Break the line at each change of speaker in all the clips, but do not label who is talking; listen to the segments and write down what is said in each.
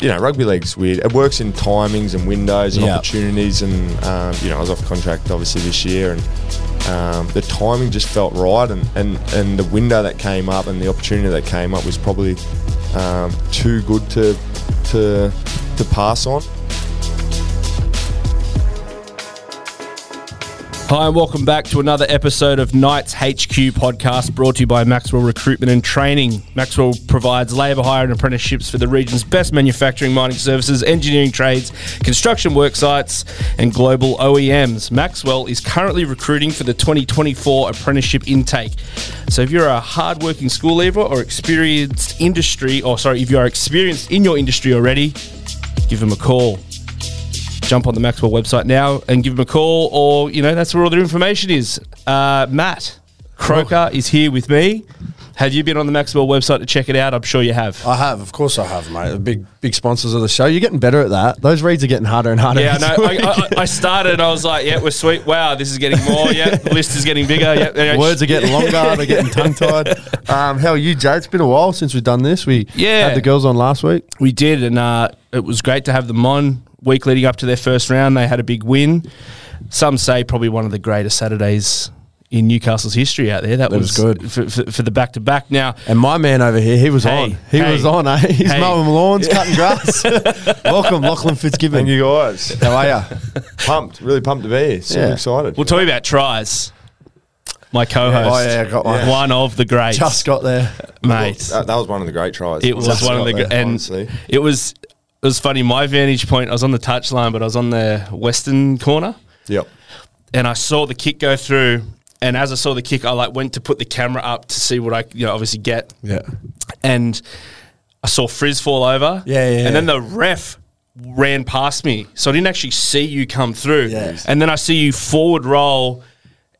you know, rugby league's weird. It works in timings and windows and
Yeah.
opportunities. And, um, you know, I was off contract obviously this year and um, the timing just felt right. And, and, and the window that came up and the opportunity that came up was probably um, too good to, to, to pass on.
Hi, and welcome back to another episode of Knights HQ podcast brought to you by Maxwell Recruitment and Training. Maxwell provides labour hire and apprenticeships for the region's best manufacturing, mining services, engineering trades, construction work sites, and global OEMs. Maxwell is currently recruiting for the 2024 apprenticeship intake. So if you're a hardworking school leaver or experienced industry, or sorry, if you are experienced in your industry already, give them a call jump on the Maxwell website now and give them a call, or you know that's where all their information is. Uh, Matt Croker is here with me. Have you been on the Maxwell website to check it out? I'm sure you have.
I have, of course, I have, mate. The Big, big sponsors of the show. You're getting better at that. Those reads are getting harder and harder.
yeah,
each
no, I,
week.
I, I started. and I was like, "Yeah, we're sweet. Wow, this is getting more. Yeah, the list is getting bigger. Yeah, yeah,
Words are getting longer. They're getting tongue tied. Um, how are you, Jay? It's been a while since we've done this. We
Yeah.
had the girls on last week.
We did, and uh, it was great to have them on. Week leading up to their first round, they had a big win. Some say probably one of the greatest Saturdays in Newcastle's history out there. That,
was good.
for, for, for the back to back. Now,
And my man over here, he was
Hey,
on. He
hey,
was on, eh? He's
hey.
mowing lawns, cutting grass. Welcome, Lachlan Fitzgibbon.
Thank you guys.
How are you?
pumped, really pumped to be here. Super
Yeah.
excited.
We'll talk about tries. My co-host,
Oh, yeah, I got one.
one of the greats,
Just got there.
mate.
that, that was one of the great tries.
it was
Just
one of
got
the, gr-
there,
and
honestly.
it was it was funny. My vantage point, I was on the touchline, but I was on the western corner,
Yep.
and I saw the kick go through. And as I saw the kick, I like went to put the camera up to see what I, you know, obviously get.
Yeah.
and I saw Frizz fall over.
Yeah, yeah,
And then
yeah.
the ref ran past me, so I didn't actually see you come through.
Yeah.
And then I see you forward roll.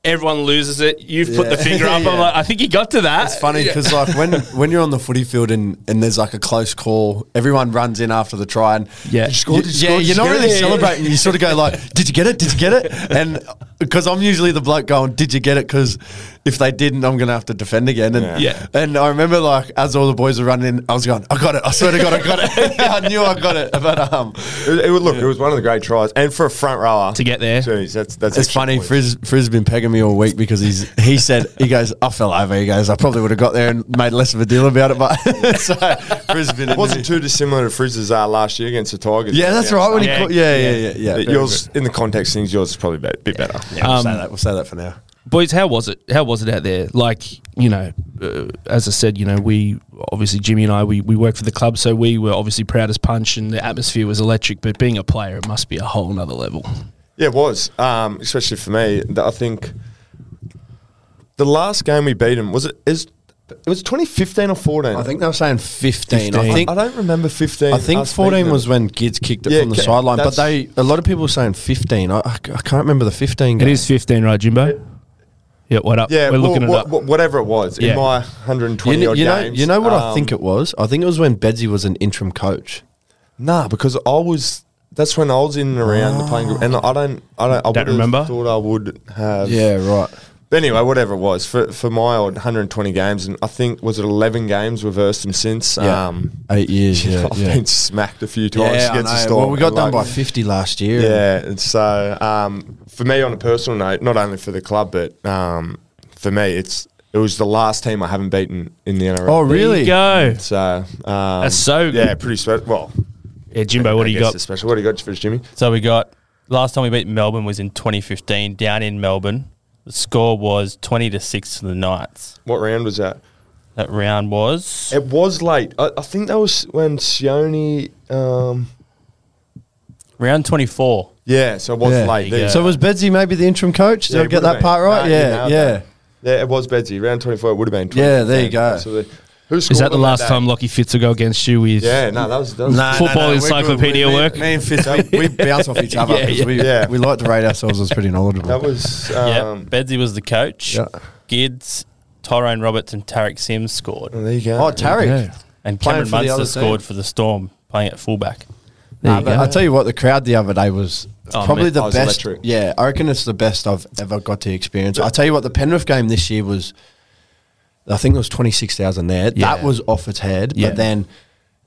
Everyone loses it. You've put the
Yeah.
finger up. I'm
Yeah.
like, I think you got to that.
It's funny because like when when you're on the footy field and, and there's like a close call, everyone runs in after the try and
Yeah.
Did you score? Did you
Yeah,
score? Did
you're
you
not
get it?"
really
You celebrating. You sort of go like, did you get it? Did you get it? And because I'm usually the bloke going, did you get it? Because if they didn't, I'm gonna have to defend again. And
Yeah.
Yeah.
and I remember like as all the boys were running in, I was going, I got it. I swear to God, I got it. I knew I got it. But um,
It, was- it was- look, it was one of the great tries, and for a front rower
To get there.
Jeez, that's that's
It's
extra
funny.
points.
Frizz, Frizz been pegging me all week because he's he said he goes I fell over. He goes I probably would have got there and made less of a deal about it. But so Frizz been
It wasn't too dissimilar to Frizz's uh, last year against the Tigers.
Yeah, that's right. When he
Yeah.
caught, yeah, yeah, yeah, yeah.
But yours, in the context of things, yours is probably a bit, bit better.
Yeah, we'll say
Um,
that. We'll say that for now.
boys how was it how was it out there like you know uh, as i said you know we obviously jimmy and i we, we work for the club so we were obviously proud as punch and the atmosphere was electric but being a player it must be a whole nother level
Yeah, it was. Um, especially for me, That I think the last game we beat him was it is it was 2015 or 14.
I think they were saying fifteen. I
15.
think
I don't remember 15.
I think
us beating
fourteen
them.
was when kids kicked it
Yeah,
from the
ca-
sideline. But
that's-
they a lot of people were saying fifteen. I, I c- I can't remember the fifteen.
it is 15 right jimbo yeah what up
Yeah,
we're
well,
looking it
wha-
up
wha- whatever it was
Yeah.
in my
You,
120
kn-
odd
you know,
games.
you know what I
um,
think it was. I think it was when Bedsy was an interim coach.
Nah, because I was. That's when I was in and around the playing group, and I don't, I don't, I would've
remember?
Thought I would have.
right.
But anyway, whatever it was for for my odd 120 games, and I think was it 11 games we've versed him since.
Yeah.
Um,
Eight years. Yeah,
I've
yeah.
been smacked a few times
I
against the
know.
storm.
Well, we got done by
Like,
50 last year.
Yeah, and so um, for me, on a personal note, not only for the club, but um, for me, it's it was the last team I haven't beaten in the NRL.
Oh,
There you
really?
go
So um, that's
so
yeah,
good.
pretty special. Well,
yeah jimbo what
I
do you
guess
got
it's Special. What do you got for us, Jimmy?
So we got last time we beat Melbourne was in 2015 down in Melbourne. The score was 20 to 6 to the Knights.
What round was that?
That round was
It was late. I, I think that was when Sione. Um,
round 24.
yeah, so it was
Yeah.
late.
There you go.
So was Bedsy maybe the interim coach? Did
Yeah,
I
it
get
would've
that
been.
part right?
Nah, you
yeah,
nailed
yeah.
Yeah, it was Bedsy. Round 24, it would have been 20.
Yeah, there you go.
Absolutely. Who scored
is that the
on
last
day?
time Lockie Fitz will go against you with
Yeah, no, that was. That was
Football encyclopedia
we,
work.
Me, and Fitz, we, we bounce off each other.
Yeah,
'cause
yeah.
We,
Yeah.
we like to rate ourselves as pretty knowledgeable.
That was.
Yeah,
Um,
Bedsy was the coach.
Yeah.
Gids, Tyrone Roberts, and Tarek Sims scored,
oh, there you go.
oh, Tarek.
Yeah.
and
Playing
Cameron
for the
Munster
other
scored
team.
for the Storm, playing at fullback.
there
Nah,
you
but
go.
I tell you what, the crowd the other day was
Oh,
probably
man.
the
I was
best.
electric.
Yeah, I reckon it's the best I've ever got to experience. I tell you what, the Penrith game this year was, I think there was twenty six thousand there.
Yeah.
That was off its head.
Yeah.
But then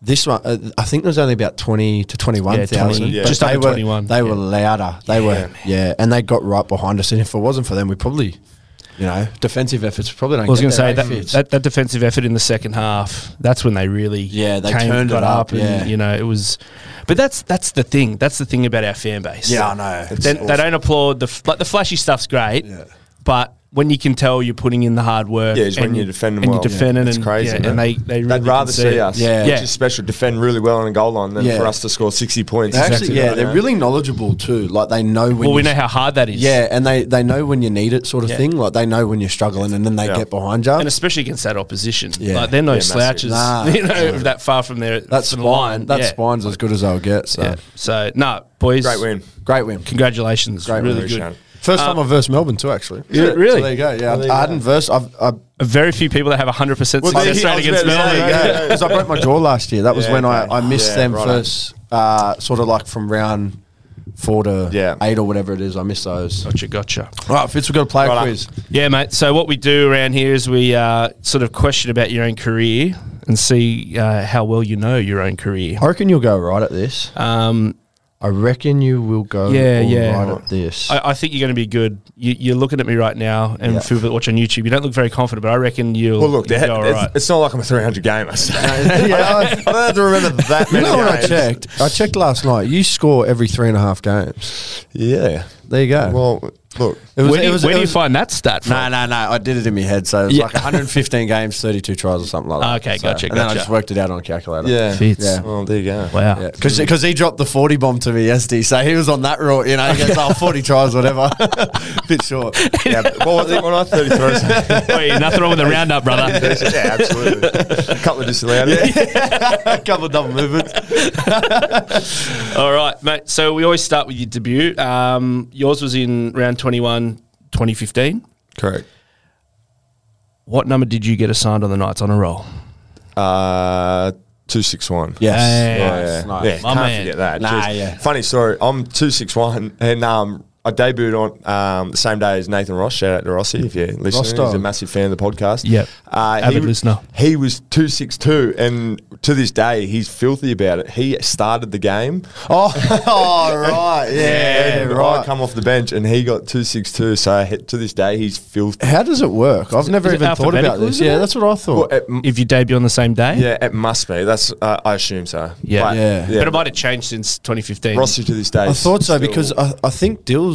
This one, uh, I think there was only about twenty to twenty-one thousand.
20, yeah.
but
Just
they
under
were,
21,
They were louder. They were, yeah, and they got right behind us. And if it wasn't for them, we probably, you know, defensive efforts we probably don't.
I was
going
going to say that, that that defensive effort in the second half. That's when they really
Yeah, they turned it up, yeah.
and you know it was. But that's that's the thing. That's the thing about our fan base.
Yeah, I know. It's
They, they don't applaud the f- like the flashy stuff's great,
Yeah.
but when you can tell you're putting in the hard work,
Yeah, it's when
and-
you defend
and
well.
you're defending,
it's
and,
crazy.
yeah,
man.
and they they really
would rather
can
see
it.
us,
Yeah.
which is special. Defend really well on a goal line than
Yeah.
for us to score sixty points.
Actually,
Exactly
yeah,
right,
they're
yeah.
really knowledgeable too. Like they know when.
Well, we
you-
know how hard that is.
Yeah, and they they know when you need it, sort of
Yeah.
thing. Like they know when you're struggling, and then they
Yeah.
get behind you.
and especially against that opposition.
Yeah.
Like they're no
Yeah, massive.
slouches.
Nah.
you know, that far from their
that
from the line.
spine, that
yeah.
spine's as good as I'll get. So
Yeah. So no, boys,
Great win.
great win.
Congratulations,
Great
really
win,
good.
Shannon.
First time I've versed Melbourne too, actually.
Yeah, really?
So there you go. Yeah,
Oh, there you
I hadn't versed. I've, I,
Very few people that have 100%
there
success
you- I
rate
was about
against
to
Melbourne.
say, yeah.
yeah, because I broke my jaw last year. That was
Yeah,
when
okay.
I, I missed
Yeah,
them
righto.
first, uh, sort of like from round four to
Yeah.
eight or whatever it is. I missed those.
Gotcha, gotcha.
All right, Fitz, we've got to play
Righto.
a quiz.
Yeah, mate. So what we do around here is we uh, sort of question about your own career and see uh, how well you know your own career.
I reckon you'll go right at this.
Um,
I reckon you will go
Yeah,
all
yeah.
right at this.
I, I think you're going to be good. You, you're looking at me right now, and
Yeah.
for people that watch on YouTube, you don't look very confident, but I reckon you'll.
Well, look,
you'll
they're-
go all
it's,
right.
it's not like I'm a 300 gamer. so-
yeah,
I don't have to remember that
You
many
know what I
games.
checked? I checked last night. You score every three and a half games.
Yeah.
There you go.
Well, look,
it
where do,
was, it
you-
was,
where
it
do you
was-
find that stat? From?
No, no, no. I did it in my head. So it was
Yeah.
like 115 games, 32 tries or something like that.
Okay,
So-
gotcha,
And then I
gotcha.
just worked it out on a calculator.
yeah.
Fits.
Yeah.
Well, there you go.
Wow.
Because he dropped the 40 bomb to me yesterday. So he was on that route, you know. He goes, oh, 40 tries, whatever. Bit short.
Yeah, but what was it when I 33?
Wait, nothing wrong with the roundup, brother.
yeah, absolutely. A couple of disallowed.
a couple of double movements.
All right, mate. So we always start with your debut. Um, yours was in round 21, 2015.
Correct.
What number did you get assigned on the nights on a roll?
Uh, 261.
Yes.
Hey.
Yeah,
Nice,
yeah.
nice.
yeah
My
can't
man.
forget that.
Nah,
Jeez.
yeah.
Funny story. I'm 261 and um, I debuted on um, the same day as Nathan Ross. Shout out to Rossi if you're listening.
Ross
He's a
dog.
massive fan of the podcast.
Yep.
Uh,
Avid
wa-
listener.
He was 262 and to this day he's filthy about it. He started the game.
Oh, oh, right. Yeah,
and I
right.
come off the bench and he got 262. So he- to this day he's filthy.
How does it work? I've never
it
even thought about
alphabetical,
this.
isn't
Yeah,
it?
that's what I
Well,
thought.
it m-
If you debut on the same day?
yeah, it must be. That's uh, I assume so.
Yeah.
But,
Yeah.
But it might have changed since 2015.
Rossi to this day.
I thought so
still-
because I, I think Dill's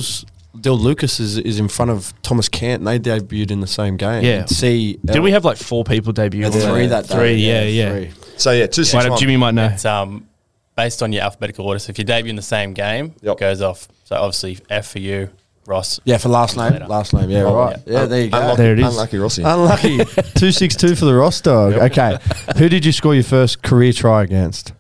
Dill Lucas is, is in front of Thomas Kant. and They debuted in the same game.
Yeah.
See,
Did we have like four people debut? on
three
the-
that day?
Three, yeah, yeah.
three.
So yeah, two
Wait
six
up,
one.
Jimmy might know.
It's um, based on your alphabetical order. So if you debut in the same game,
Yep.
it goes off. So obviously F for you, Ross.
Yeah, for last name,
Later.
last name. Yeah,
Oh,
right. Yeah, there you go. Uh,
Unlucky,
There it is.
Unlucky Rossi.
Unlucky. 262 for the Ross dog. Okay. Who did you score your first career try against?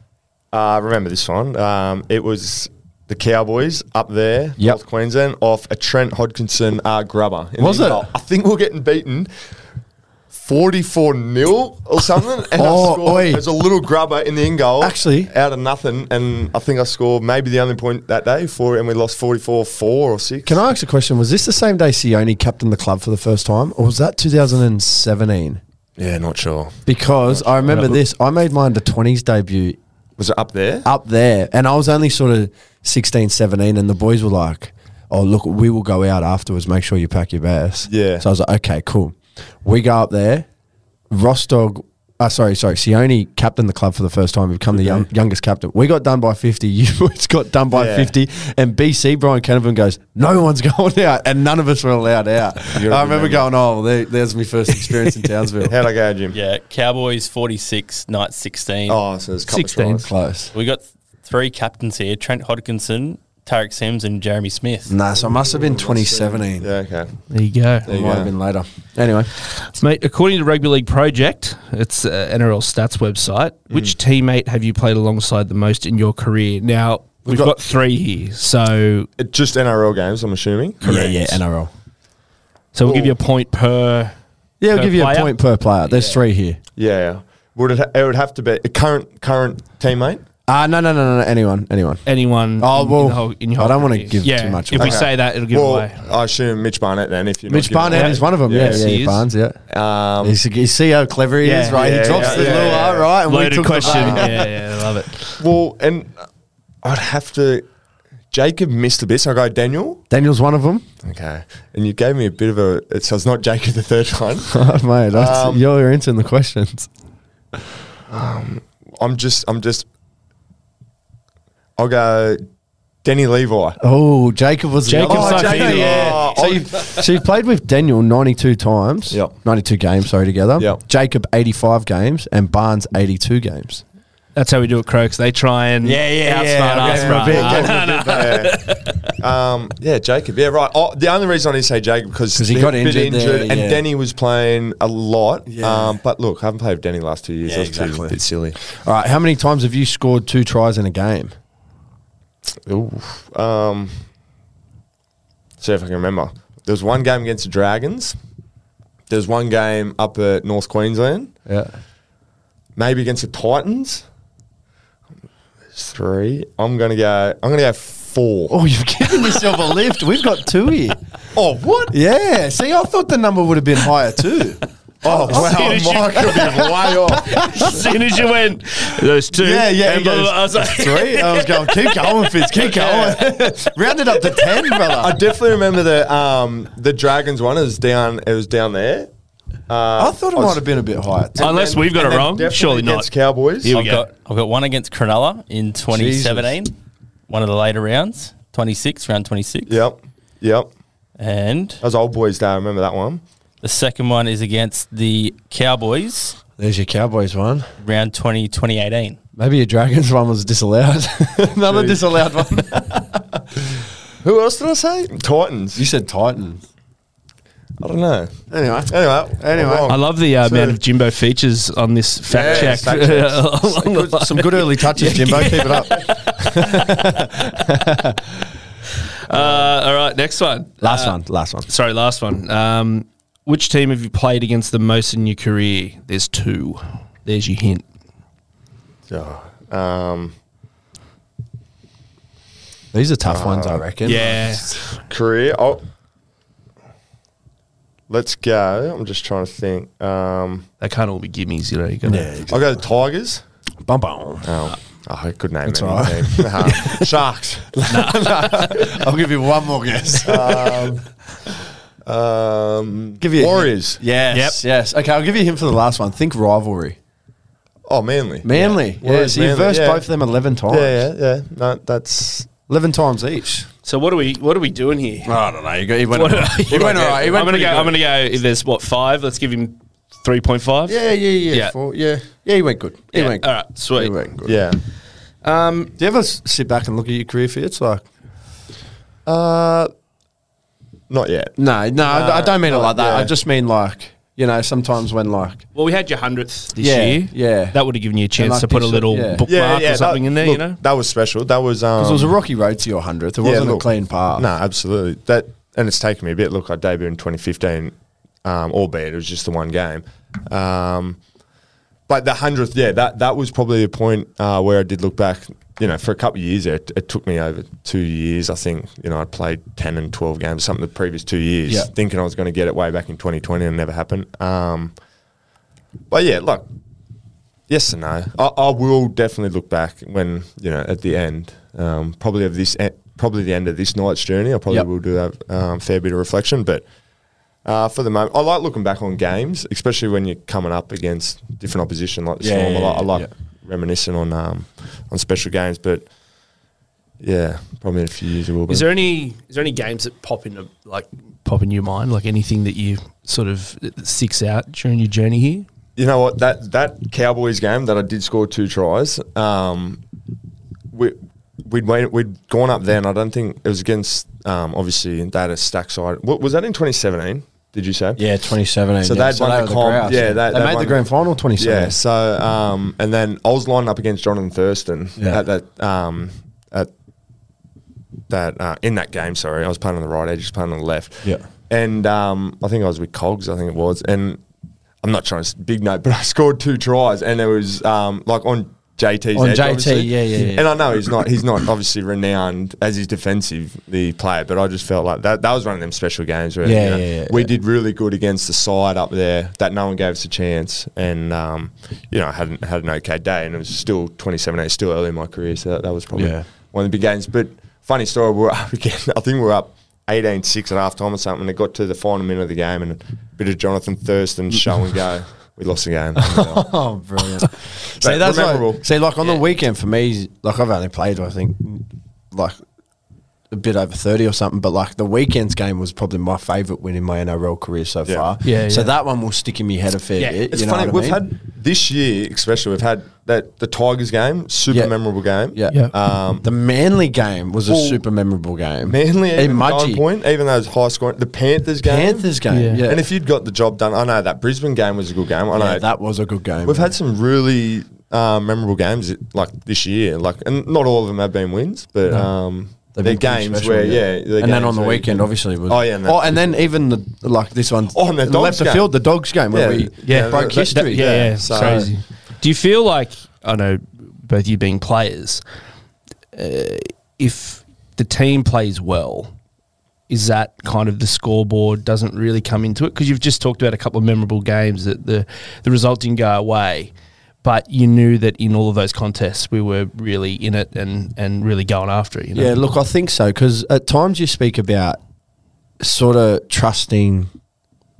Uh, remember this one? Um, it was the Cowboys up there,
Yep.
North Queensland, off a Trent Hodkinson uh, grubber. in
Was
the
it?
goal. I think we we're getting beaten. 44 nil or something, and
Oh,
I
oi.
scored. There's a little grubber in the end goal,
Actually-
out of nothing, and I think I scored maybe the only point that day for, and we lost 44 four or six.
Can I ask a question? Was this the same day Sione captained the club for the first time, or was that 2017?
Yeah, not sure.
Because I remember this. I made my under 20s debut
Was it up there?
up there, and I was only sort of 16, 17, and the boys were like, "Oh, look, we will go out afterwards. Make sure you pack your bags."
Yeah.
So I was like, "Okay, cool." We go up there. Rostog, uh, sorry, sorry, Sione captained the club for the first time. We've become the young, youngest captain. We got done by fifty. You boys got done by
Yeah.
fifty, and BC Brian Canavan goes, "No one's going out," and none of us were allowed out. I
gotta
remember,
remember.
going, "Oh, well, there, there's my first experience in Townsville."
How'd I go, Jim?
Yeah, Cowboys 46, Knights 16.
Oh, so there's a couple of
16.
tries.
Close.
We got three captains here Trent Hodkinson, Tarek Sims, and Jeremy Smith.
Mm.
Nah, so I must have been 2017.
Yeah, okay.
There you go.
There you
Might
go.
have been later. Anyway,
Mate, according to Rugby League Project, it's uh, NRL stats website, which teammate have you played alongside the most in your career? Now, we've, got,
got-
three here. So
It- just NRL games, I'm assuming.
Yeah, yeah, NRL.
so we'll give
Cool.
you a point per.
Yeah, we'll
Per
give you
player?
a point per player. There's three here.
Yeah. Would it? Ha- it would have to be a current current teammate.
Uh, no, no, no, no, no. Anyone, anyone.
anyone.
Oh,
in- in
well,
the whole- in your
I
whole
don't wanna
career.
give too
yeah,
much
If we
away.
say that, it'll give
Well,
away.
I assume Mitch Barnett then. If you're
Mitch
not
Barnett
giving
is one of them. Yeah,
Yes,
yeah,
he is.
Barnes. Yeah.
it- Um,
You see, you see how clever he is,
Yeah,
right?
yeah,
he drops
yeah,
the
yeah,
little
yeah.
R, right? And we
Loaded
took the
question.
bait.
yeah, yeah, I love it.
well, and I'd have to. Jacob missed a bit, so I go Daniel.
Daniel's one of them.
Okay, and you gave me a bit of a. So it's not Jacob the third one.
Oh, Mate, that's,
Um,
you're answering the questions.
I'm just. I'm just. I'll go. Denny Levi.
Oh, Jacob was the
Jacob's
other-
so
Jacob,
feeling.
yeah.
Oh,
So you've, so you've played with Daniel 92 times.
Yep.
92 games, sorry, together.
Yep.
Jacob 85 games and Barnes 82 games.
That's how we do it, Croaks. They try and
Yeah, yeah,
outsmart
yeah, I'll
us, right?
give him
Yeah, Jacob, yeah. Um, yeah, Jacob. Yeah, right. Oh, the only reason I didn't say Jacob because
'Cause he got injured there,
and
yeah.
Denny was playing a lot.
Yeah.
Um, but look, I haven't played with Denny last two years.
Yeah,
That's too-
exactly.
a bit silly.
All right, how many times have you scored two tries in a game?
Oof. Um, see if I can remember. There was one game against the Dragons. There was one game up at North Queensland.
Yeah.
Maybe against the Titans. Three. I'm gonna go. I'm gonna go four.
Oh, you've given yourself a lift. We've got two here.
Oh, what?
Yeah. See, I thought the number would have been higher too.
Oh, wow,
serious.
Mike could be way off.
As soon as you went, there's two.
Yeah, yeah,
and
he
blah, blah,
goes,
blah. I was like,
Three. I was going, keep going, Fitz, keep going. Round it up to ten,
I
brother.
definitely remember the um, the Dragons one. It was down. It was down there.
I, thought it might have been a bit higher. Too.
Unless
And
we've
and
got it
then
wrong,
definitely
surely
against
not.
Cowboys.
Here we
I've
go.
got I've got one against Cronulla in 2017, one of the later rounds, 26 round 26,
Yep, yep.
and
That was old boys day. I remember that one.
the second one is against the Cowboys
There's your Cowboys one.
round 20 2018.
Maybe your Dragons one was disallowed. Another
True.
disallowed one.
Who else did I say? Titans.
you said Titans.
I don't know.
Anyway.
Anyway,
Anyway.
I'm wrong.
I love the uh,
So-
amount of Jimbo features on this fact
Yeah,
check.
fact checks.
Along the
Good- some good early touches, Jimbo. Keep it up.
Uh, all right, next one.
Last one. Last one.
Sorry, last one. Um, which team have you played against the most in your career? There's two. There's your hint.
Oh, um,
These are tough ones, I reckon.
Yeah.
career. Oh, let's go. I'm just trying to think. Um,
They can't all be gimmies, you know. You gotta,
Yeah.
I'll go the Tigers.
Bum bum.
Oh, oh I could name
That's
any
all right.
team. Nah. Sharks.
I'll give you one more guess.
Um,
Give you a
Warriors.
yes. Yes. Okay, I'll give you him for the last one. Think rivalry.
Oh, Manly.
Manly. Yeah.
Warriors,
so you
Manly,
versed
yeah.
both of them eleven times.
Yeah, yeah, yeah. No, that's.
11 times each.
So what are we? What are we doing here?
I don't know. You, got, you went,
What-
you went all right. You went
I'm gonna
pretty
go.
good.
I'm gonna go. If there's what five, let's give him three point five.
yeah, yeah, yeah.
Yeah.
Yeah. Four, yeah. Yeah, you went good. You
Yeah,
went good.
all right, sweet. Um,
You went good.
Yeah.
Do you ever s- sit back and look at your career fits? Like,
Uh, not yet.
no, no, I I don't mean it
no,
like that. I
yeah.
just mean like, you know, sometimes when like,
Well, we had your hundredth this
Yeah,
year.
yeah.
That would have given you a chance
like
to put a
this,
little
yeah.
bookmark or something
that-
in there.
look,
you know.
that was special. That was um.
because it was a rocky road to your 100th. It wasn't a clean path.
No, absolutely. That and it's taken me a bit. Look, I debuted in 2015, um, albeit it was just the one game. Um, but the hundredth, yeah, that that was probably a point uh, where I did look back. You know, for a couple of years, there, it, it took me over two years. I think you know I played ten and twelve games, something the previous two years,
Yeah.
thinking I was going to get it way back in 2020, and it never happened. Um, but yeah, look, yes and no. I, I will definitely look back when you know at the end, um, probably of this, e- probably the end of this night's journey. I probably
Yep.
will do that um, fair bit of reflection, but. Uh, for the moment, I like looking back on games, especially when you're coming up against different opposition like the
Yeah,
Storm. I
yeah,
like, I
yeah,
like
yeah.
reminiscing on um, on special games, but yeah, probably in a few years it will be.
Is there any is there any games that pop into like pop in your mind? Like anything that you sort of that sticks out during your journey here?
you know what that that Cowboys game that I did score two tries. Um, we we'd wait, we'd gone up then. I don't think it was against. Um, obviously they had a stack side. What, was that in 2017? Did you say?
Yeah, 2017.
So
yeah,
they'd won
they
the
were
comp,
Crows,
yeah, they-
they
they
made the
won-
grand final 2017.
Yeah. So um, and then I was lined up against Jonathan Thurston
Yeah.
at that um, at that uh, in that game. Sorry, I was playing on the right edge, just playing on the left.
Yeah.
And um, I think I was with Cogs. I think it was. And I'm not trying to s- big note, but I scored two tries, and it was um, like on JT's
On
edge,
JT,
obviously.
yeah, yeah, yeah.
And I know he's not he's not obviously renowned as his defensive the player, but I just felt like that that was one of them special games where
Yeah,
you know,
yeah, yeah,
we
yeah.
did really good against the side up there that no one gave us a chance, and um, you know had had an okay day, and it was still 2017, still early in my career, so that, that was probably
Yeah.
one of the big games. But funny story, we we're up again. I think we we're up 18-6 at half time or something. And it got to the final minute of the game, and a bit of Jonathan Thurston show and go. We lost the game. uh,
Oh, brilliant.
But
see, that's
memorable.
like, see, like on the weekend for me, like I've only played, I think, like a bit over 30 or something, but like the weekend's game was probably my favourite win in my NRL career so
Yeah.
far.
Yeah,
So
yeah.
that one will stick in my head a fair
Yeah.
bit.
It's
you know
funny.
what I
We've had
mean?
this year, especially. We've had that the Tigers game, super
Yeah.
memorable game.
Yeah.
Yeah.
Um,
the Manly game was a
Well,
super memorable game.
Manly
in
even at nine
Mudgee.
point, even though it's high scoring. The Panthers game.
Panthers game.
Yeah.
Yeah.
And if you'd got the job done, I know that Brisbane game was a good game. I know
Yeah, that was a good game.
we've had some really uh, memorable games like this year. Like, and not all of them have been wins, but um,
They've
they're
been pretty
games
special,
where yeah. they're
and then
games
on the
where you
weekend,
can-
obviously, was
Oh, yeah, and
oh, and then even the like this one,
Oh, and the
left
Dogs
the
game.
field, the dogs game where
Yeah.
we
Yeah,
broke
that- that-
history.
That- yeah, yeah, it's
so-
crazy. Do you feel like I know both you being players? Uh, if the team plays well, is that kind of the scoreboard doesn't really come into it because you've just talked about a couple of memorable games that the the result didn't go away. But you knew that in all of those contests, we were really in it and, and really going after it. You know?
Yeah, look, I think so because at times you speak about sort of trusting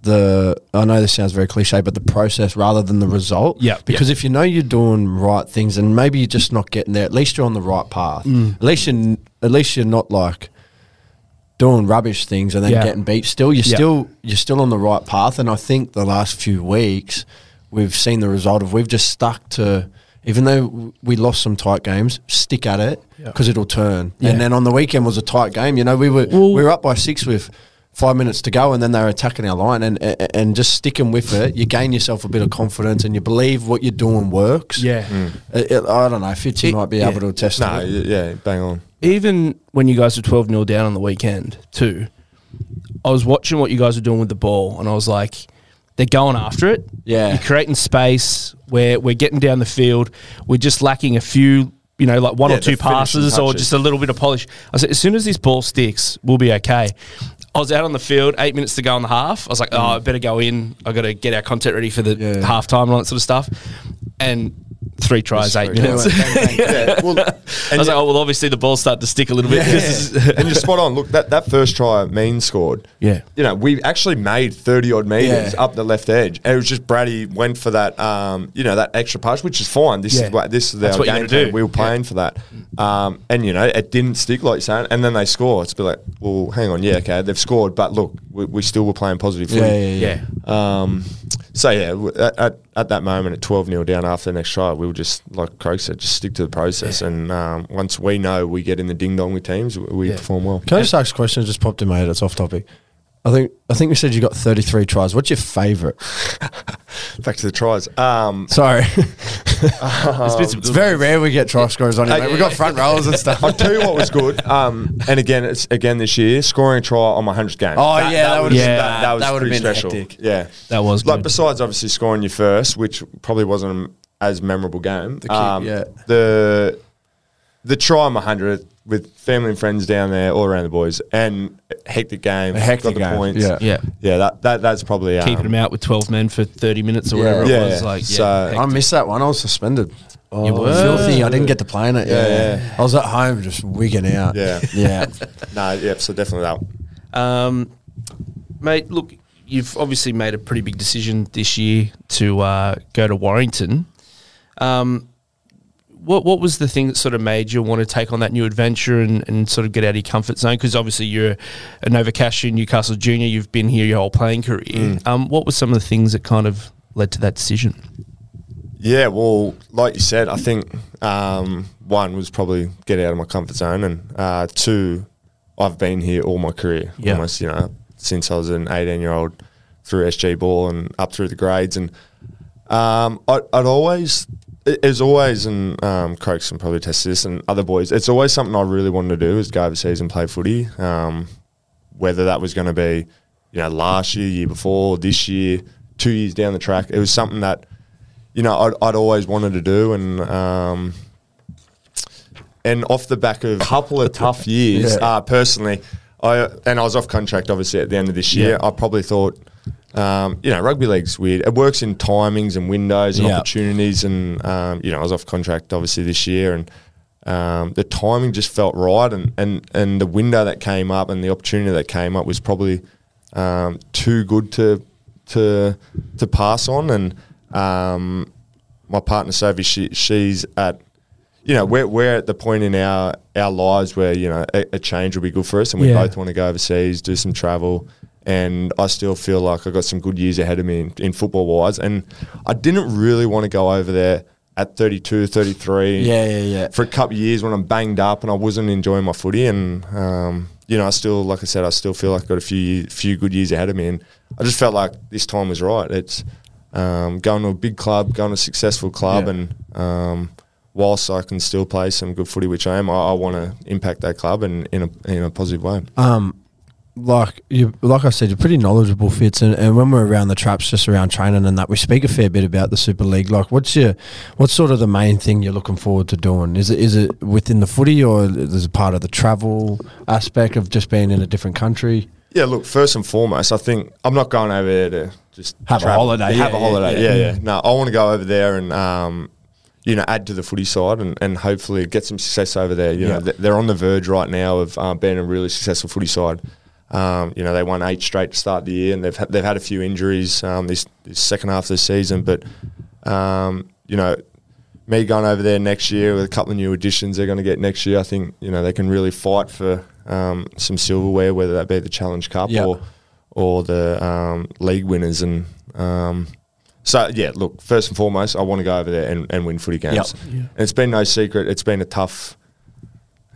the. I know this sounds very cliche, but the process rather than the result.
Yeah, yeah.
Because if you know you're doing right things and maybe you're just not getting there, at least you're on the right path.
Mm.
At least you, are at least you're not like doing rubbish things and then
Yeah.
getting beat. Still, you're
Yeah.
still you're still on the right path. And I think the last few weeks we've seen the result of we've just stuck to. Even though w- we lost some tight games, stick at it
Yeah.
because it'll turn.
Yeah.
And then on the weekend was a tight game. You know, we were
Well-
we were up by six with five minutes to go, and then they were attacking our line. And and- and just sticking with it, you gain yourself a bit of confidence, and you believe what you're doing works.
Yeah.
It- it- I don't know. Fitzy
It-
might be
yeah.
able to attest.
No,
to it.
y- yeah, bang on.
even when you guys were 12 0 down on the weekend, too, I was watching what you guys were doing with the ball and I was like, they're going after it.
Yeah.
You're creating space. We're, we're getting down the field. We're just lacking a few, you know, like one
Yeah,
or
the
two
finishing
passes or
touches.
just a little bit of polish. I said, as soon as this ball sticks, we'll be okay. I was out on the field, eight minutes to go in the half. I was like, oh, I better go in. I got to get our content ready for the
Yeah.
half halftime and all that sort of stuff. And three tries, eight
three
minutes.
Yeah, well,
I
and,
was like, oh, well, obviously the ball's starting to stick a little bit. This is-
yeah. and you're spot on. Look, that, that first try, Mean scored.
Yeah.
You know, we actually made 30 odd metres
Yeah.
up the left edge. And it was just Brady went for that, um, you know, that extra push, which is fine. This
Yeah.
is what this is
That's
our
what you
game
gotta
plan.
do.
We were playing for that. Um, and, you know, it didn't stick, like you're saying. And then they score. It's a bit like, well, hang on. Yeah, okay, they've scored. But look, we, we still were playing positive footy.
Yeah, yeah, yeah.
yeah.
Um, so yeah, w- at, at, at that moment at twelve 0 down after the next try, we were just like Croak said, just stick to the process. And um, once we know we get in the ding dong with teams, w- we
Yeah.
perform well.
Can I just ask a question? It just popped in my head. It's off topic. I think I think we said you got 33 tries. What's your favourite?
Back to the tries. Um,
Sorry,
It's been
it's
some-
very rare we get try scorers on here.
Uh,
mate.
yeah,
we got
yeah.
front rows and stuff.
I'll tell you what was good. Um, and again, it's again this year scoring a try on my hundredth game.
Oh, yeah, that would've
was-
been-
that, that was
that would've
pretty
been
special.
hectic.
Yeah,
That was
like
good.
besides obviously scoring your first, which probably wasn't as memorable game. um,
kick, yeah.
the the try on my hundredth with family and friends down there, all around the boys, and hectic game.
A
got
hectic
the
game,
points.
yeah.
Yeah.
yeah. That, that that's probably um,
keeping them out with 12 men for 30 minutes or
Yeah.
whatever it
Yeah,
was.
yeah.
Like, yeah,
So- um,
heck,
I missed that one. I was suspended. Oh,
You were?
filthy. I didn't get to play in it. Yeah,
yeah.
I was at home just wigging out.
Yeah.
yeah.
No, yeah. So definitely that. one.
um, mate, look, you've obviously made a pretty big decision this year to uh, go to Warrington. Um, what what was the thing that sort of made you want to take on that new adventure and, and sort of get out of your comfort zone? Because obviously you're a Novacashian, Newcastle junior. You've been here your whole playing career.
Mm.
Um, what were some of the things that kind of led to that decision?
Yeah, well, like you said, I think um, one was probably get out of my comfort zone, and uh, two, I've been here all my career,
Yeah.
almost you know, since I was an eighteen-year-old through SG ball and up through the grades, and um, I, I'd always, it- it's always, and um, Croaks can probably test this, and other boys, it's always something I really wanted to do is go overseas and play footy. Um, whether that was going to be, you know, last year, year before, this year, two years down the track, it was something that you know, I'd, I'd always wanted to do, and um, and off the back of a couple of tough years,
Yeah.
uh, personally, I and I was off contract obviously at the end of this year. I probably thought, um, you know, rugby league's weird. It works in timings and windows and
Yeah.
opportunities, and um, you know, I was off contract obviously this year, and um, the timing just felt right, and and and the window that came up and the opportunity that came up was probably um, too good to to to pass on, and um, my partner Sophie, she, she's at you know, we're, we're at the point in our, our lives where, you know, a, a change will be good for us and we
Yeah.
both want to go overseas, do some travel. And I still feel like I've got some good years ahead of me in, in football wise. And I didn't really want to go over there at 32, 33.
Yeah, yeah, yeah.
For a couple of years when I'm banged up and I wasn't enjoying my footy. And, um, you know, I still, like I said, I still feel like I've got a few, ye- few good years ahead of me. And I just felt like this time was right. It's um, going to a big club, going to a successful club.
Yeah.
And, um, whilst I can still play some good footy, which I am, I, I want to impact that club and in a in a positive way.
um, like you, like I said, you're pretty knowledgeable, Fitz, and, and when we're around the traps, just around training and that, we speak a fair bit about the Super League. Like, what's your, what's sort of the main thing you're looking forward to doing? Is it is it within the footy, or is it part of the travel aspect of just being in a different country?
Yeah, look, first and foremost, I think I'm not going over there to just
Have a holiday,
have
yeah,
a holiday,
yeah, Mm.
yeah,
yeah.
yeah. No, I want to go over there and um, you know add to the footy side and, and hopefully get some success over there. You
Yeah.
know, th- they're on the verge right now of um, being a really successful footy side. Um, you know, they won eight straight to start the year, and they've ha- they've had a few injuries um, this, this second half of the season, but um, you know. Me going over there next year with a couple of new additions they're going to get next year, I think you know they can really fight for um, some silverware, whether that be the Challenge Cup
Yeah.
or or the um, league winners. And um, so, yeah, look, first and foremost, I want to go over there and, and win footy games. And it's been no secret. It's been a tough.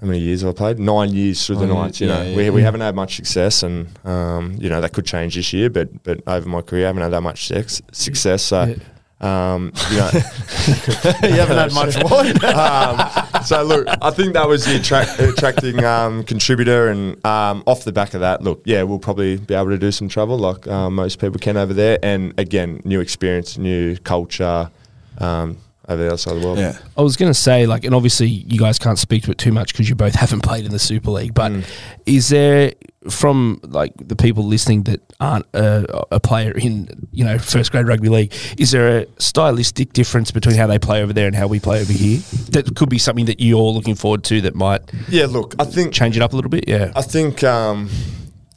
How many years have I played? Nine years through the
Nine
nights. You
years,
know,
yeah,
we,
yeah.
we haven't had much success, and um, you know that could change this year. But but over my career, I haven't had that much sex, success. So. Um, you know, you haven't had much one. um, so look, I think that was the attract, attracting um, contributor, and um, off the back of that, look, yeah, we'll probably be able to do some travel like um, most people can over there, and again, new experience, new culture um, over the other side of the world.
I was going to say, like, and obviously you guys can't speak to it too much because you both haven't played in the Super League. But
Mm.
is there from like the people listening that aren't a, a player in you know first grade rugby league? Is there a stylistic difference between how they play over there and how we play over here? That could be something that you're looking forward to that might
yeah. Look, I think
change it up a little bit. Yeah,
I think um,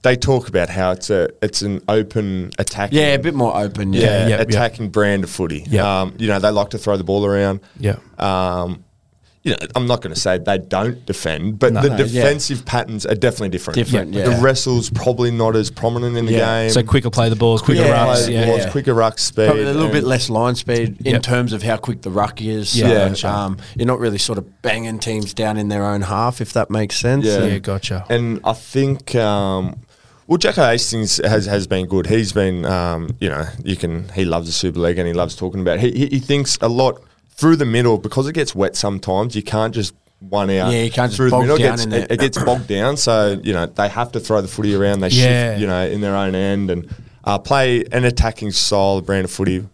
they talk about how it's a it's an open attack.
Yeah, a bit more open. Yeah,
yeah,
yeah, yeah.
attacking brand of footy.
Yeah.
Um, you know, they like to throw the ball around.
Yeah.
Um, you know, I'm not going to say they don't defend, but
No.
the
No,
yeah.
defensive patterns are definitely different.
Different,
The
yeah.
wrestle's probably not as prominent in the
Yeah.
game.
so quicker play the balls, quicker
Quicker
Yeah,
runs.
play,
Yeah,
was
yeah.
quicker ruck speed.
Probably a little bit
and-
less line speed in
Yep.
terms of how quick the ruck is.
Yeah.
So, um, you're not really sort of banging teams down in their own half, if that makes sense.
Yeah.
yeah, gotcha.
And I think, um, well, Jacko Hastings has, has been good. He's been, um, you know, you can. He loves the Super League and he loves talking about. It. He he, he thinks a lot through the middle because it gets wet sometimes. You can't just one out.
Yeah, you can't just
through
bog
It
down
gets,
in there.
It, it gets bogged down. So you know they have to throw the footy around. They
Yeah.
shift, you know, in their own end and uh, play an attacking style of brand of footy.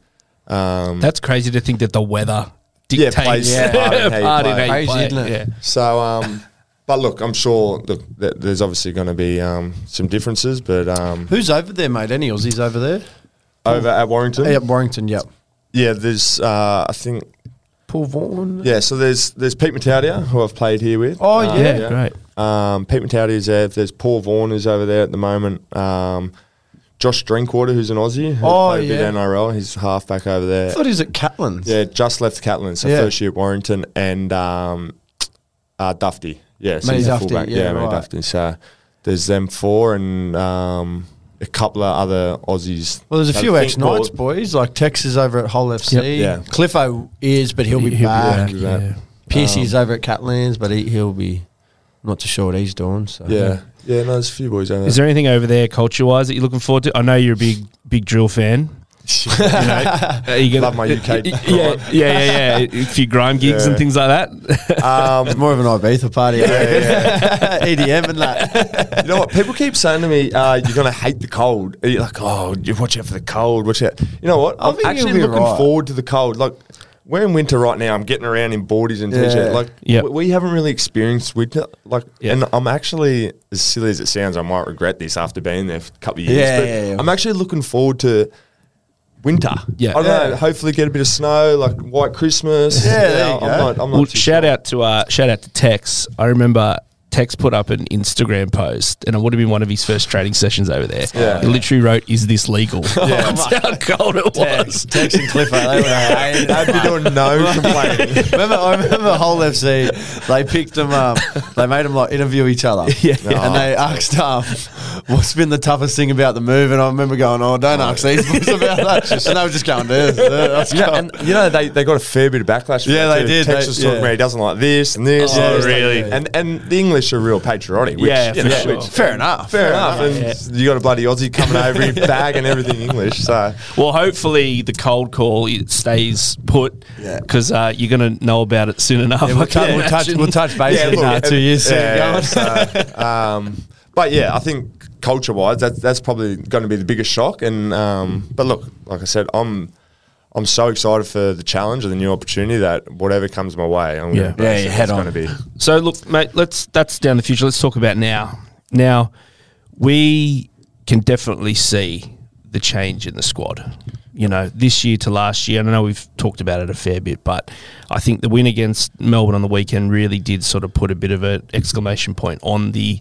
Um,
That's crazy to think that the weather
Yeah,
dictates
plays a part in how you
part in
play.
how you
Crazy,
play.
isn't it?
Yeah.
So, um, but look, I'm sure look, th- there's obviously going to be um, some differences, but um,
Who's over there, mate? Any Aussies over there?
over at Warrington,
Yeah, Warrington, yep.
Yeah, there's uh, I think
Paul Vaughan.
yeah. So there's there's Pete Mataudia who I've played here with.
Oh,
Um,
yeah.
great.
Um, Pete Mataudia's there. There's Paul Vaughan who's over there at the moment. Um, Josh Drinkwater who's an Aussie. Who
Oh,
played
yeah.
A bit NRL. He's halfback over there.
I thought he was at Catlin's.
Yeah, just left Catlin, so
Yeah.
first year at Warrington, and um, uh, Dufty. Yeah, so
Matty
he's a
Dufty,
fullback.
yeah,
Yeah, Matty
right.
Dufty. So there's them four and um, a couple of other Aussies.
Well, there's a
I
few
think
ex Knights
Paul-
boys, like Tex is over at Hull FC.
Yeah.
Cliffo is, but he'll be
He'll be
back.
back,
that.
yeah.
Piercy's over at Catlin's, but he, he'll be not too sure what he's doing. So.
Yeah, yeah, no, there's a few boys over there.
Is there anything over there culture wise that you're looking forward to? I know you're a big big drill fan.
you know,
Are you
Love my UK
Yeah, yeah, yeah, yeah. A few grime gigs and
Yeah.
things like that.
um,
It's more of an Ibiza party. EDM and that.
you know what? People keep saying to me, uh, "You're gonna hate the cold." You're like, "Oh, you watch out for the cold. Watch out." You know what? I'm
think you'll
actually
be
looking
right.
forward to the cold. Like we're in winter right now. I'm getting around in boardies and
Yeah.
t-shirt. Like
Yep.
we, we haven't really experienced winter. Like,
Yeah.
and I'm actually as silly as it sounds, I might regret this after being there for a couple of years.
Yeah,
but
yeah, yeah.
I'm actually looking forward to. Winter,
Yeah.
I don't know.
Yeah.
Hopefully, get a bit of snow, like White Christmas.
Yeah, there you
I'm
go.
Not, I'm not
well,
too
shout out to uh, shout out to Tex. I remember Tex put up an Instagram post, and it would have been one of his first training sessions over there.
Yeah.
He literally wrote, "Is this legal?"
Yeah.
That's how cold it was.
Tex and Clifford. They were hated.
I'd be doing no complaining.
remember, I remember Whole FC. They picked them up. They made them like interview each other.
Yeah.
And they asked um, what's been the toughest thing about the move? And I remember going, oh, don't ask these boys about that. and they were just going, this. That's
You know, and you know they, they got a fair bit of backlash. for
Yeah,
that
they
too.
did.
Tex
They-
was talking
yeah.
about he doesn't like this and this.
Oh,
and this.
really?
And and the English are real patriotic. Which,
Yeah,
you
for
know,
sure.
which-
fair enough.
fair enough. And you got a bloody Aussie coming over in bag and everything English. So
Well, hopefully the cold call it stays put
Yeah.
because uh, you're going to know about it soon enough.
Yeah, we'll,
I can't
tou- we'll touch,
imagine.
we'll touch base in
look,
uh,
and-
two years. soon.
yeah,
Go on.
so, um, but yeah, I think culture wise, that's that's probably going to be the biggest shock. And um, but look, like I said, I'm. I'm so excited for the challenge and the new opportunity that whatever comes my way, I'm
Yeah.
going to
Yeah, you head
it's
on.
going to be
So look, mate, let's that's down the future. Let's talk about now. Now, we can definitely see the change in the squad. You know, this year to last year, and I know we've talked about it a fair bit, but I think the win against Melbourne on the weekend really did sort of put a bit of an exclamation point on the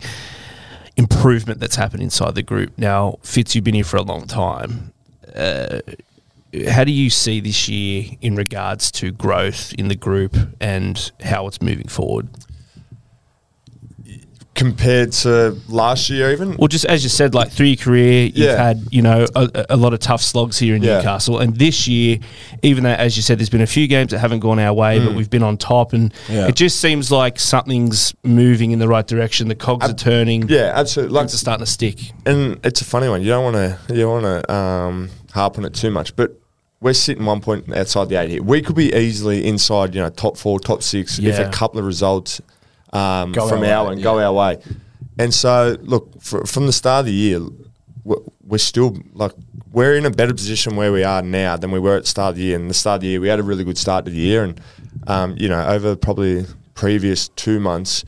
improvement that's happened inside the group. Now, Fitz, you've been here for a long time. Uh, how do you see this year in regards to growth in the group and how it's moving forward?
compared to last year, even
Well, just as you said, like through your career, you've
Yeah.
had you know a, a lot of tough slogs here in
Yeah.
Newcastle, and this year, even though as you said, there's been a few games that haven't gone our way,
Mm.
but we've been on top, and
Yeah.
it just seems like something's moving in the right direction. The cogs are turning,
Yeah, absolutely. Like
things are starting to stick.
and it's a funny one. You don't want to you don't want to um, harp on it too much, but we're sitting one point outside the eight here. We could be easily inside, you know, top four, top six if
Yeah.
a couple of results um,
Go
from
our
our
way,
and go our way. And so, look fr- from the start of the year, we're, we're still like we're in a better position where we are now than we were at the start of the year. And the start of the year, we had a really good start to the year, and um, you know, over probably previous two months,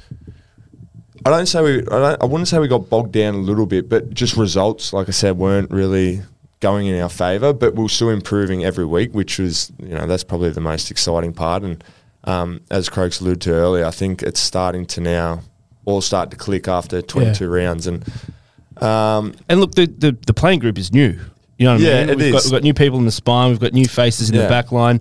I don't say we. I, don't, I wouldn't say we got bogged down a little bit, but just results, like I said, weren't really going in our favour. But we we're still improving every week, which was you know that's probably the most exciting part. And um, as Croaks alluded to earlier, I think it's starting to now all start to click after 22 rounds. And um,
And look, the, the the playing group is new. You know what
Yeah,
I mean?
it
we've, Got,
is.
we've got new people in the spine. We've got new faces in the
Yeah.
back line.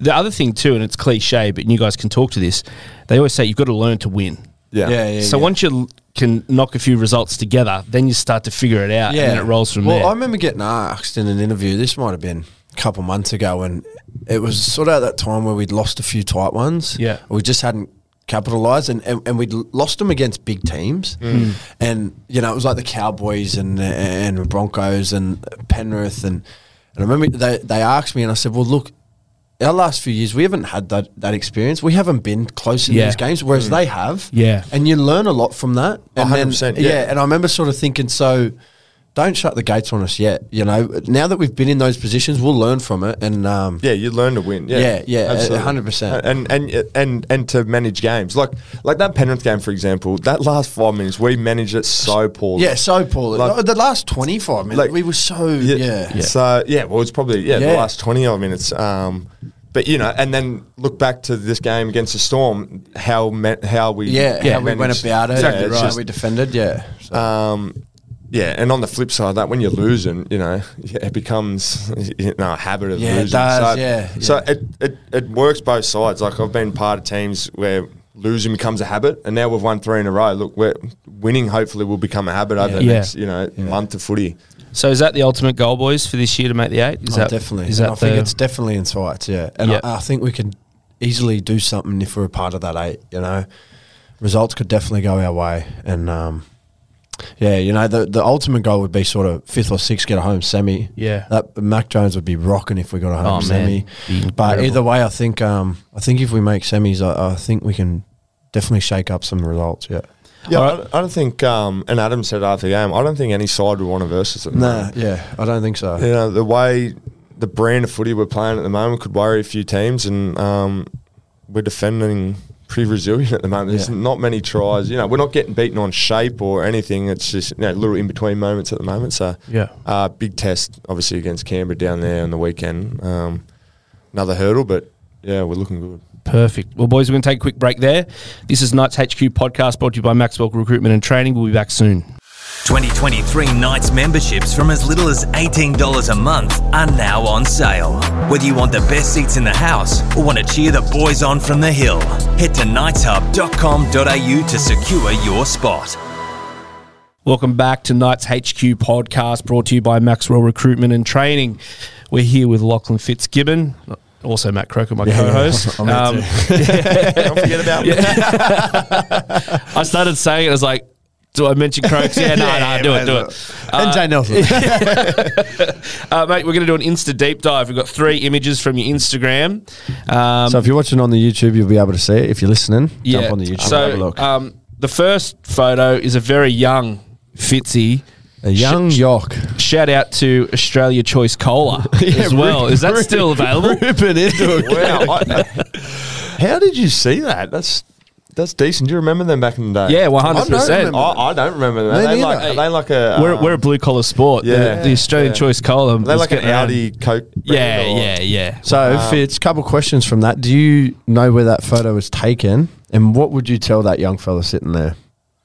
The other thing too, and it's cliche, but you guys can talk to this. They always say you've got to learn to win.
yeah,
so once you l- can knock a few results together, then you start to figure it out, and then it rolls from
well,
there.
I remember getting asked in an interview. This might have been a couple months ago, and it was sort of at that time where we'd lost a few tight ones.
Yeah.
we just hadn't capitalized, and, and, and we'd lost them against big teams.
Mm.
And you know, it was like the Cowboys and and the Broncos and Penrith, and, and I remember they they asked me, and I said, "Well, look." Our last few years, we haven't had that, that experience. We haven't been close in
Yeah.
these games, whereas they have.
Yeah.
and you learn a lot from that. And then-
100%, yeah.
yeah, and I remember sort of thinking, so don't shut the gates on us yet. You know, now that we've been in those positions, we'll learn from it. And um,
Yeah, you learn to win. Yeah,
Yeah, yeah, a-
absolutely.
100%.
And and and and to manage games like like that Penrith game, for example. That last five minutes, we managed it so poorly.
yeah, so Paul,
Like-
the last twenty five minutes,
Like-
we were so yeah.
Yeah. So yeah, well, it's probably yeah,
Yeah.
the last twenty odd minutes. Um, but you know, and then look back to this game against the Storm, how ma- how we
Yeah, how we went
managed-
about it,
Exactly
how
right.
we defended, yeah. So-
Um, yeah, and on the flip side of that, when you're losing, you know, it becomes you know, a habit of
Yeah, it
losing.
does,
so,
yeah,
So It, it, it works both sides. Like I've been part of teams where losing becomes a habit, and now we've won three in a row. Look, we're winning. Hopefully, will become a habit over the
Yeah.
next you know month of footy.
so is that the ultimate goal, boys, for this year to make the eight? Is
Oh,
that
definitely.
Is
And
that
I think
the-
it's definitely in sights, yeah. And
Yeah.
I, I think we could easily do something if we're a part of that eight, you know. Results could definitely go our way. And um, Yeah, you know, the, the ultimate goal would be sort of fifth or sixth, get a home semi.
Yeah.
That Mac Jones would be rocking if we got a home
Oh, man.
semi.
Be
But
incredible.
either way, I think um, I think if we make semis, I, I think we can definitely shake up some results. Yeah.
Yeah,
All
I, don't, I don't think. Um, and Adam said after the game, I don't think any side would want to versus them.
Nah, yeah, I don't think so.
you know the way the brand of footy we're playing at the moment could worry a few teams, and um, we're defending pretty resilient at the moment. There's
Yeah.
not many tries. You know, we're not getting beaten on shape or anything. It's just you know, little in between moments at the moment. So
Yeah.
uh, big test obviously against Canberra down there on the weekend. Um, another hurdle, but yeah, we're looking good.
Perfect. Well, boys, we're going to take a quick break there. This is Knights HQ podcast brought to you by Maxwell Recruitment and Training. We'll be back soon.
2023 Knights memberships from as little as $18 a month are now on sale. Whether you want the best seats in the house or want to cheer the boys on from the hill, head to knightshub.com.au to secure your spot.
Welcome back to Knights HQ podcast brought to you by Maxwell Recruitment and Training. We're here with Lachlan Fitzgibbon, also Matt Croker, my Um, co host.
I'm here too.
Don't forget about me.
I started saying it, I was like, do I mention Croaks? Yeah, no, no, do it, do it.
and Jay Nelson.
Uh, mate, we're going to do an Insta deep dive. We've got three images from your Instagram. Um,
so if you're watching on the YouTube, you'll be able to see it. If you're listening,
yeah.
jump on the YouTube.
So,
have a look.
Um, the first photo is a very young Fitzy.
a young
sh-
York.
Shout out to Australia Choice Cola as well. Is that still available?
Ripping into it.
Wow. I- how did you see that? That's that's decent. Do you remember them back in the day?
Yeah, 100%.
I don't remember, I, I don't remember them.
Me
They
neither.
like, are they like a.
we're,
um,
we're a blue collar sport. The-
Yeah.
the, Australian
Yeah.
Choice Cola.
are they
was
like an
getting around.
Audi Coke? brand
Yeah,
or-
yeah, yeah.
So, Fitz, couple questions from that. Do you know where that photo was taken, and what would you tell that young fella sitting there?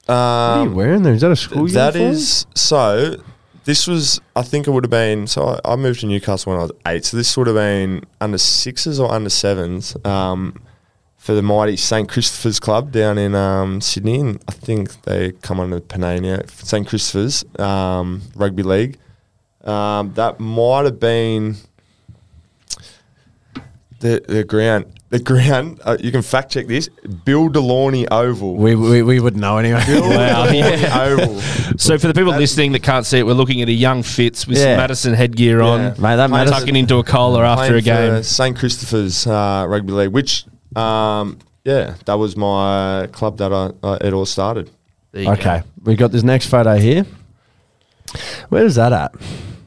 what are you
Um,
wearing there? Is that a school
that
uniform?
is so. This was, I think it would have been. So I, I moved to Newcastle when I was eight. So this would have been under sixes or under sevens um, for the mighty St Christopher's Club down in um, Sydney. And I think they come under Panania St Christopher's um, Rugby League. Um, that might have been the the ground. The ground. Uh, you can fact check this. Bill Delaney Oval.
We, we, we would know anyway.
Wow. Yeah.
Oval.
So for the people listening that can't see it, we're looking at a young Fitz with some
Yeah.
Madison headgear on,
Yeah. Mate,
that
tucking
Madison-
into a cola after a
playing
game.
for St Christopher's uh, Rugby League, which um, yeah, that was my club that I, I it all started.
There you go.
Okay, we got this next photo here. Where is that at?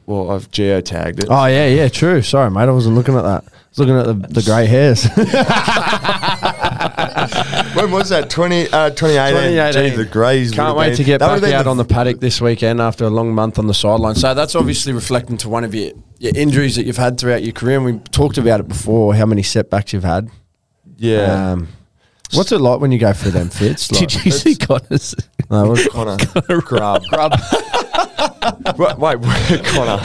Well, I've geotagged it.
Oh yeah, yeah, true. Sorry, mate, I wasn't looking at that. I was looking at the, the grey hairs.
When was that? 20, uh, 2018.
2018.
Gee, the Greys.
Can't
would've
wait
been-
to get
that would've
back
been
out on the paddock this weekend after a long month on the sideline. So that's obviously reflecting to one of your, your injuries that you've had throughout your career. And we talked about it before, how many setbacks you've had.
yeah.
Um, what's it like when you go through them fits? Like,
Did you see Connor's?
no, what-
Connor, grub, grub. wait, wait, wait, Connor.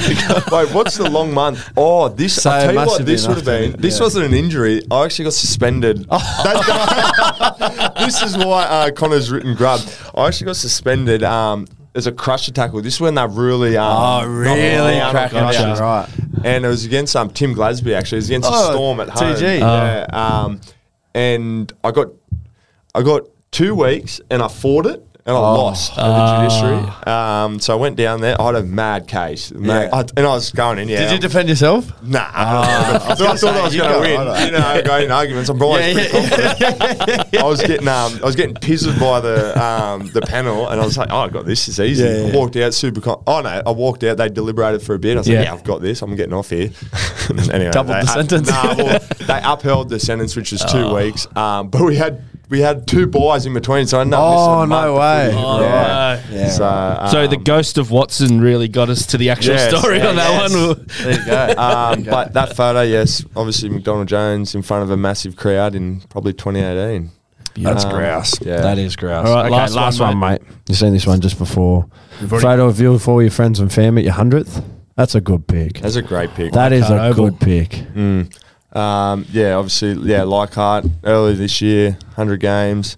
Wait, what's the long month? Oh, this.
So
I'll
it
tell you
must
what,
have
this
been
would have
after
been.
that,
This
yeah.
wasn't an injury. I actually got suspended. That- this is why uh, Connor's written grub. I actually got suspended. Um, as a crusher tackle. This is when they really. Um, knocked me down on
Oh, Cracking
crusher.
down, right.
And it was against um, Tim Glasby actually. It was against
Oh,
a storm at home.
TG.
Yeah. Um, and I got I got two weeks and I fought it
Oh.
and I lost at the judiciary. Um, so I went down there. I had a mad case. Mad,
Ah. Yeah.
I, and I was going in. Yeah.
Did you defend yourself?
Nah.
Ah,
so I thought I was
you
going to
got-
win.
alright.
You know, I got in arguments. I'm always pretty confident. I was getting um, I was getting pizzered by the um, the panel, and I was like, oh, I got this. It's easy.
Yeah, yeah.
I walked out super. Con- oh no, I walked out. They deliberated for a bit. I was
Yeah.
like, yeah, I've got this. I'm getting off here. anyway,
Doubled
they
the sentence. Oh.
Nah, well, they upheld the sentence, which was two weeks. Um, but we had we had two buys in between, so I ended up missing a
Oh,
month
no
of
way.
footy.
Oh,
yeah.
no.
Yeah.
So, um,
So the ghost of Watson really got us to the actual
Yes,
story on that
yes.
one.
There you go.
um, but that photo, yes, obviously McDonald Jones in front of a massive crowd in probably 2018.
That's
Um,
grouse.
yeah.
That is grouse.
All right, last one,
mate. You've seen this one just before. Photo of you with all your friends and fam at your 100th. That's a good pick.
That's a great pick.
That is a
Leichhardt Oval.
good pick.
um, yeah, obviously, yeah, Leichhardt early this year, 100 games.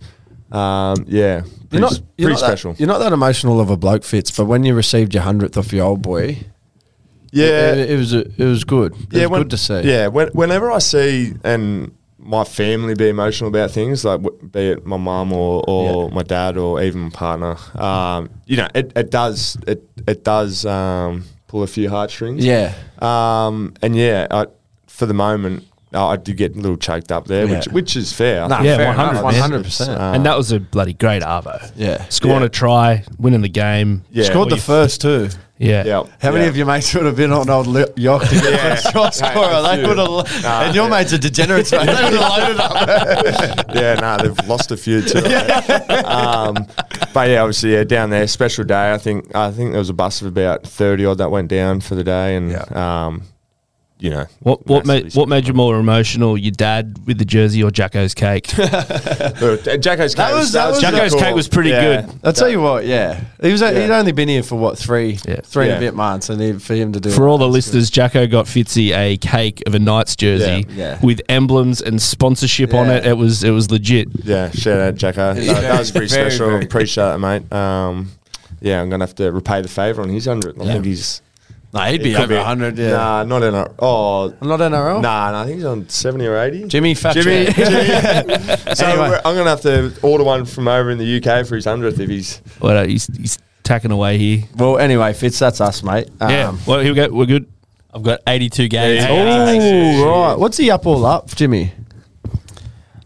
Um, yeah, pretty, s- pretty
that-
special.
you're not that emotional of a bloke, Fitz, but when you received your 100th off your old boy,
yeah,
it, it was a, it was good. It was good to see.
Yeah, when, whenever I see, and my family be emotional about things, like w- be it my mum or, or my dad or even my partner. Um, you know, it, it does it it does um, pull a few heartstrings.
Yeah.
Um, and yeah, I, for the moment, I I did get a little choked up there, which
Yeah.
which is fair.
Nah,
Yeah,
fair
100%.
enough. 100%.
It's, uh,
and that was a bloody great arvo.
Yeah.
Scoring
Yeah.
a try, winning the game.
Yeah.
Scored
Well,
the first two.
Yeah.
yeah.
How many
yeah.
of your mates would have been on old Li- York to get yeah. first shot scorer?
a
They
few.
would have,
Nah,
and your
yeah.
mates are degenerates, mate. They would have loaded up.
yeah, no, they've lost a few too. um, but yeah, obviously, yeah, down there, special day. I think I think there was a bus of about thirty odd that went down for the day, and um, you know,
What what made
massively
what made you more emotional? Your dad with the jersey or Jacko's cake?
Uh, Jacko's cake
That was-
was,
that
pretty
was
Jacko's cake was pretty
Yeah.
good.
I'll tell you what, yeah. He was, He'd
Yeah.
only been here for what, three,
Yeah.
three and
Yeah.
a bit months, and he, for him to do
For
it.
all the listeners, Jacko got Fitzy a cake of a Knights jersey
Yeah. Yeah.
with emblems and sponsorship on
Yeah.
it. It was it was legit.
Yeah, shout out Jacko. That, that
very,
was pretty
very,
special.
very-
Appreciate it, mate. Um, yeah, I'm gonna have to repay the favour on his hundred. I think he's
No, he'd be
could
over 100, yeah.
Nah, not in a oh.
Not NRL?
Nah, nah, I think he's on seventy or eighty.
Jimmy, fact
Jimmy,
check.
Jimmy. so
Anyway.
we're- I'm gonna have to order one from over in the UK for his hundredth if he's.
Well, he's he's tacking away here.
Well, anyway, Fitz, that's us, mate. Um,
yeah. Well, here we go. We're good.
I've got 82 games.
Ooh, right. What's he up all up, Jimmy?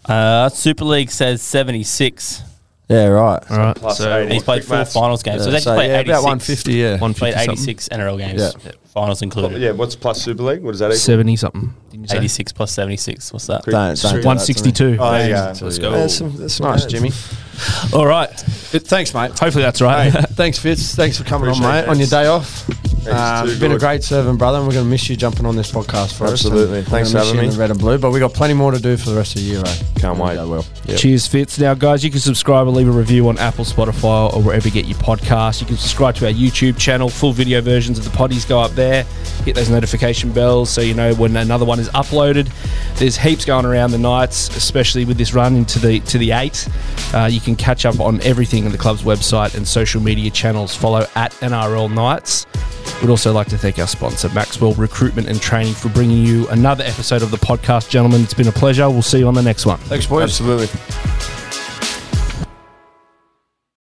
Uh, Super League says 76.
Yeah, right.
All right.
Plus
so
80.
He's played
Quick
four
maths.
finals games.
Yeah,
so they
so,
just played
yeah,
86.
about 150, yeah.
one
Played
fifty something.
86 NRL games.
Yeah.
Finals included.
Yeah, what's plus Super League? What is that? Equal?
Seventy something. Didn't you say?
86 plus 76. What's that?
Quick.
Don't- don't do
One sixty two.
Oh, there you go.
Let's go.
That's, that's
Nice, Jimmy.
All right.
Thanks, mate.
Hopefully that's right.
Thanks, Fitz. Thanks for coming
Appreciate
on, mate,
it.
on your day off. Um,
too
been a
good.
great servant, brother, and we're going to miss you jumping on this podcast for
Absolutely.
us. and we're
Thanks for
gonna miss
having
you in
me.
the red and blue, but we got plenty more to do for the rest of the year, eh?
Can't
There we
wait.
go, Will.
Cheers, Fitz. Now, guys, you can subscribe and leave a review on Apple, Spotify, or wherever you get your podcasts. You can subscribe to our YouTube channel. Full video versions of the potties go up there. Hit those notification bells so you know when another one is uploaded. There's heaps going around the nights, especially with this run into the to the eight. Uh, you can catch up on everything on the club's website and social media channels. Follow at NRL Nights. We'd also like to thank our sponsor, Maxwell Recruitment and Training, for bringing you another episode of the podcast, gentlemen. It's been a pleasure. We'll see you on the next one.
Thanks, boys.
Absolutely.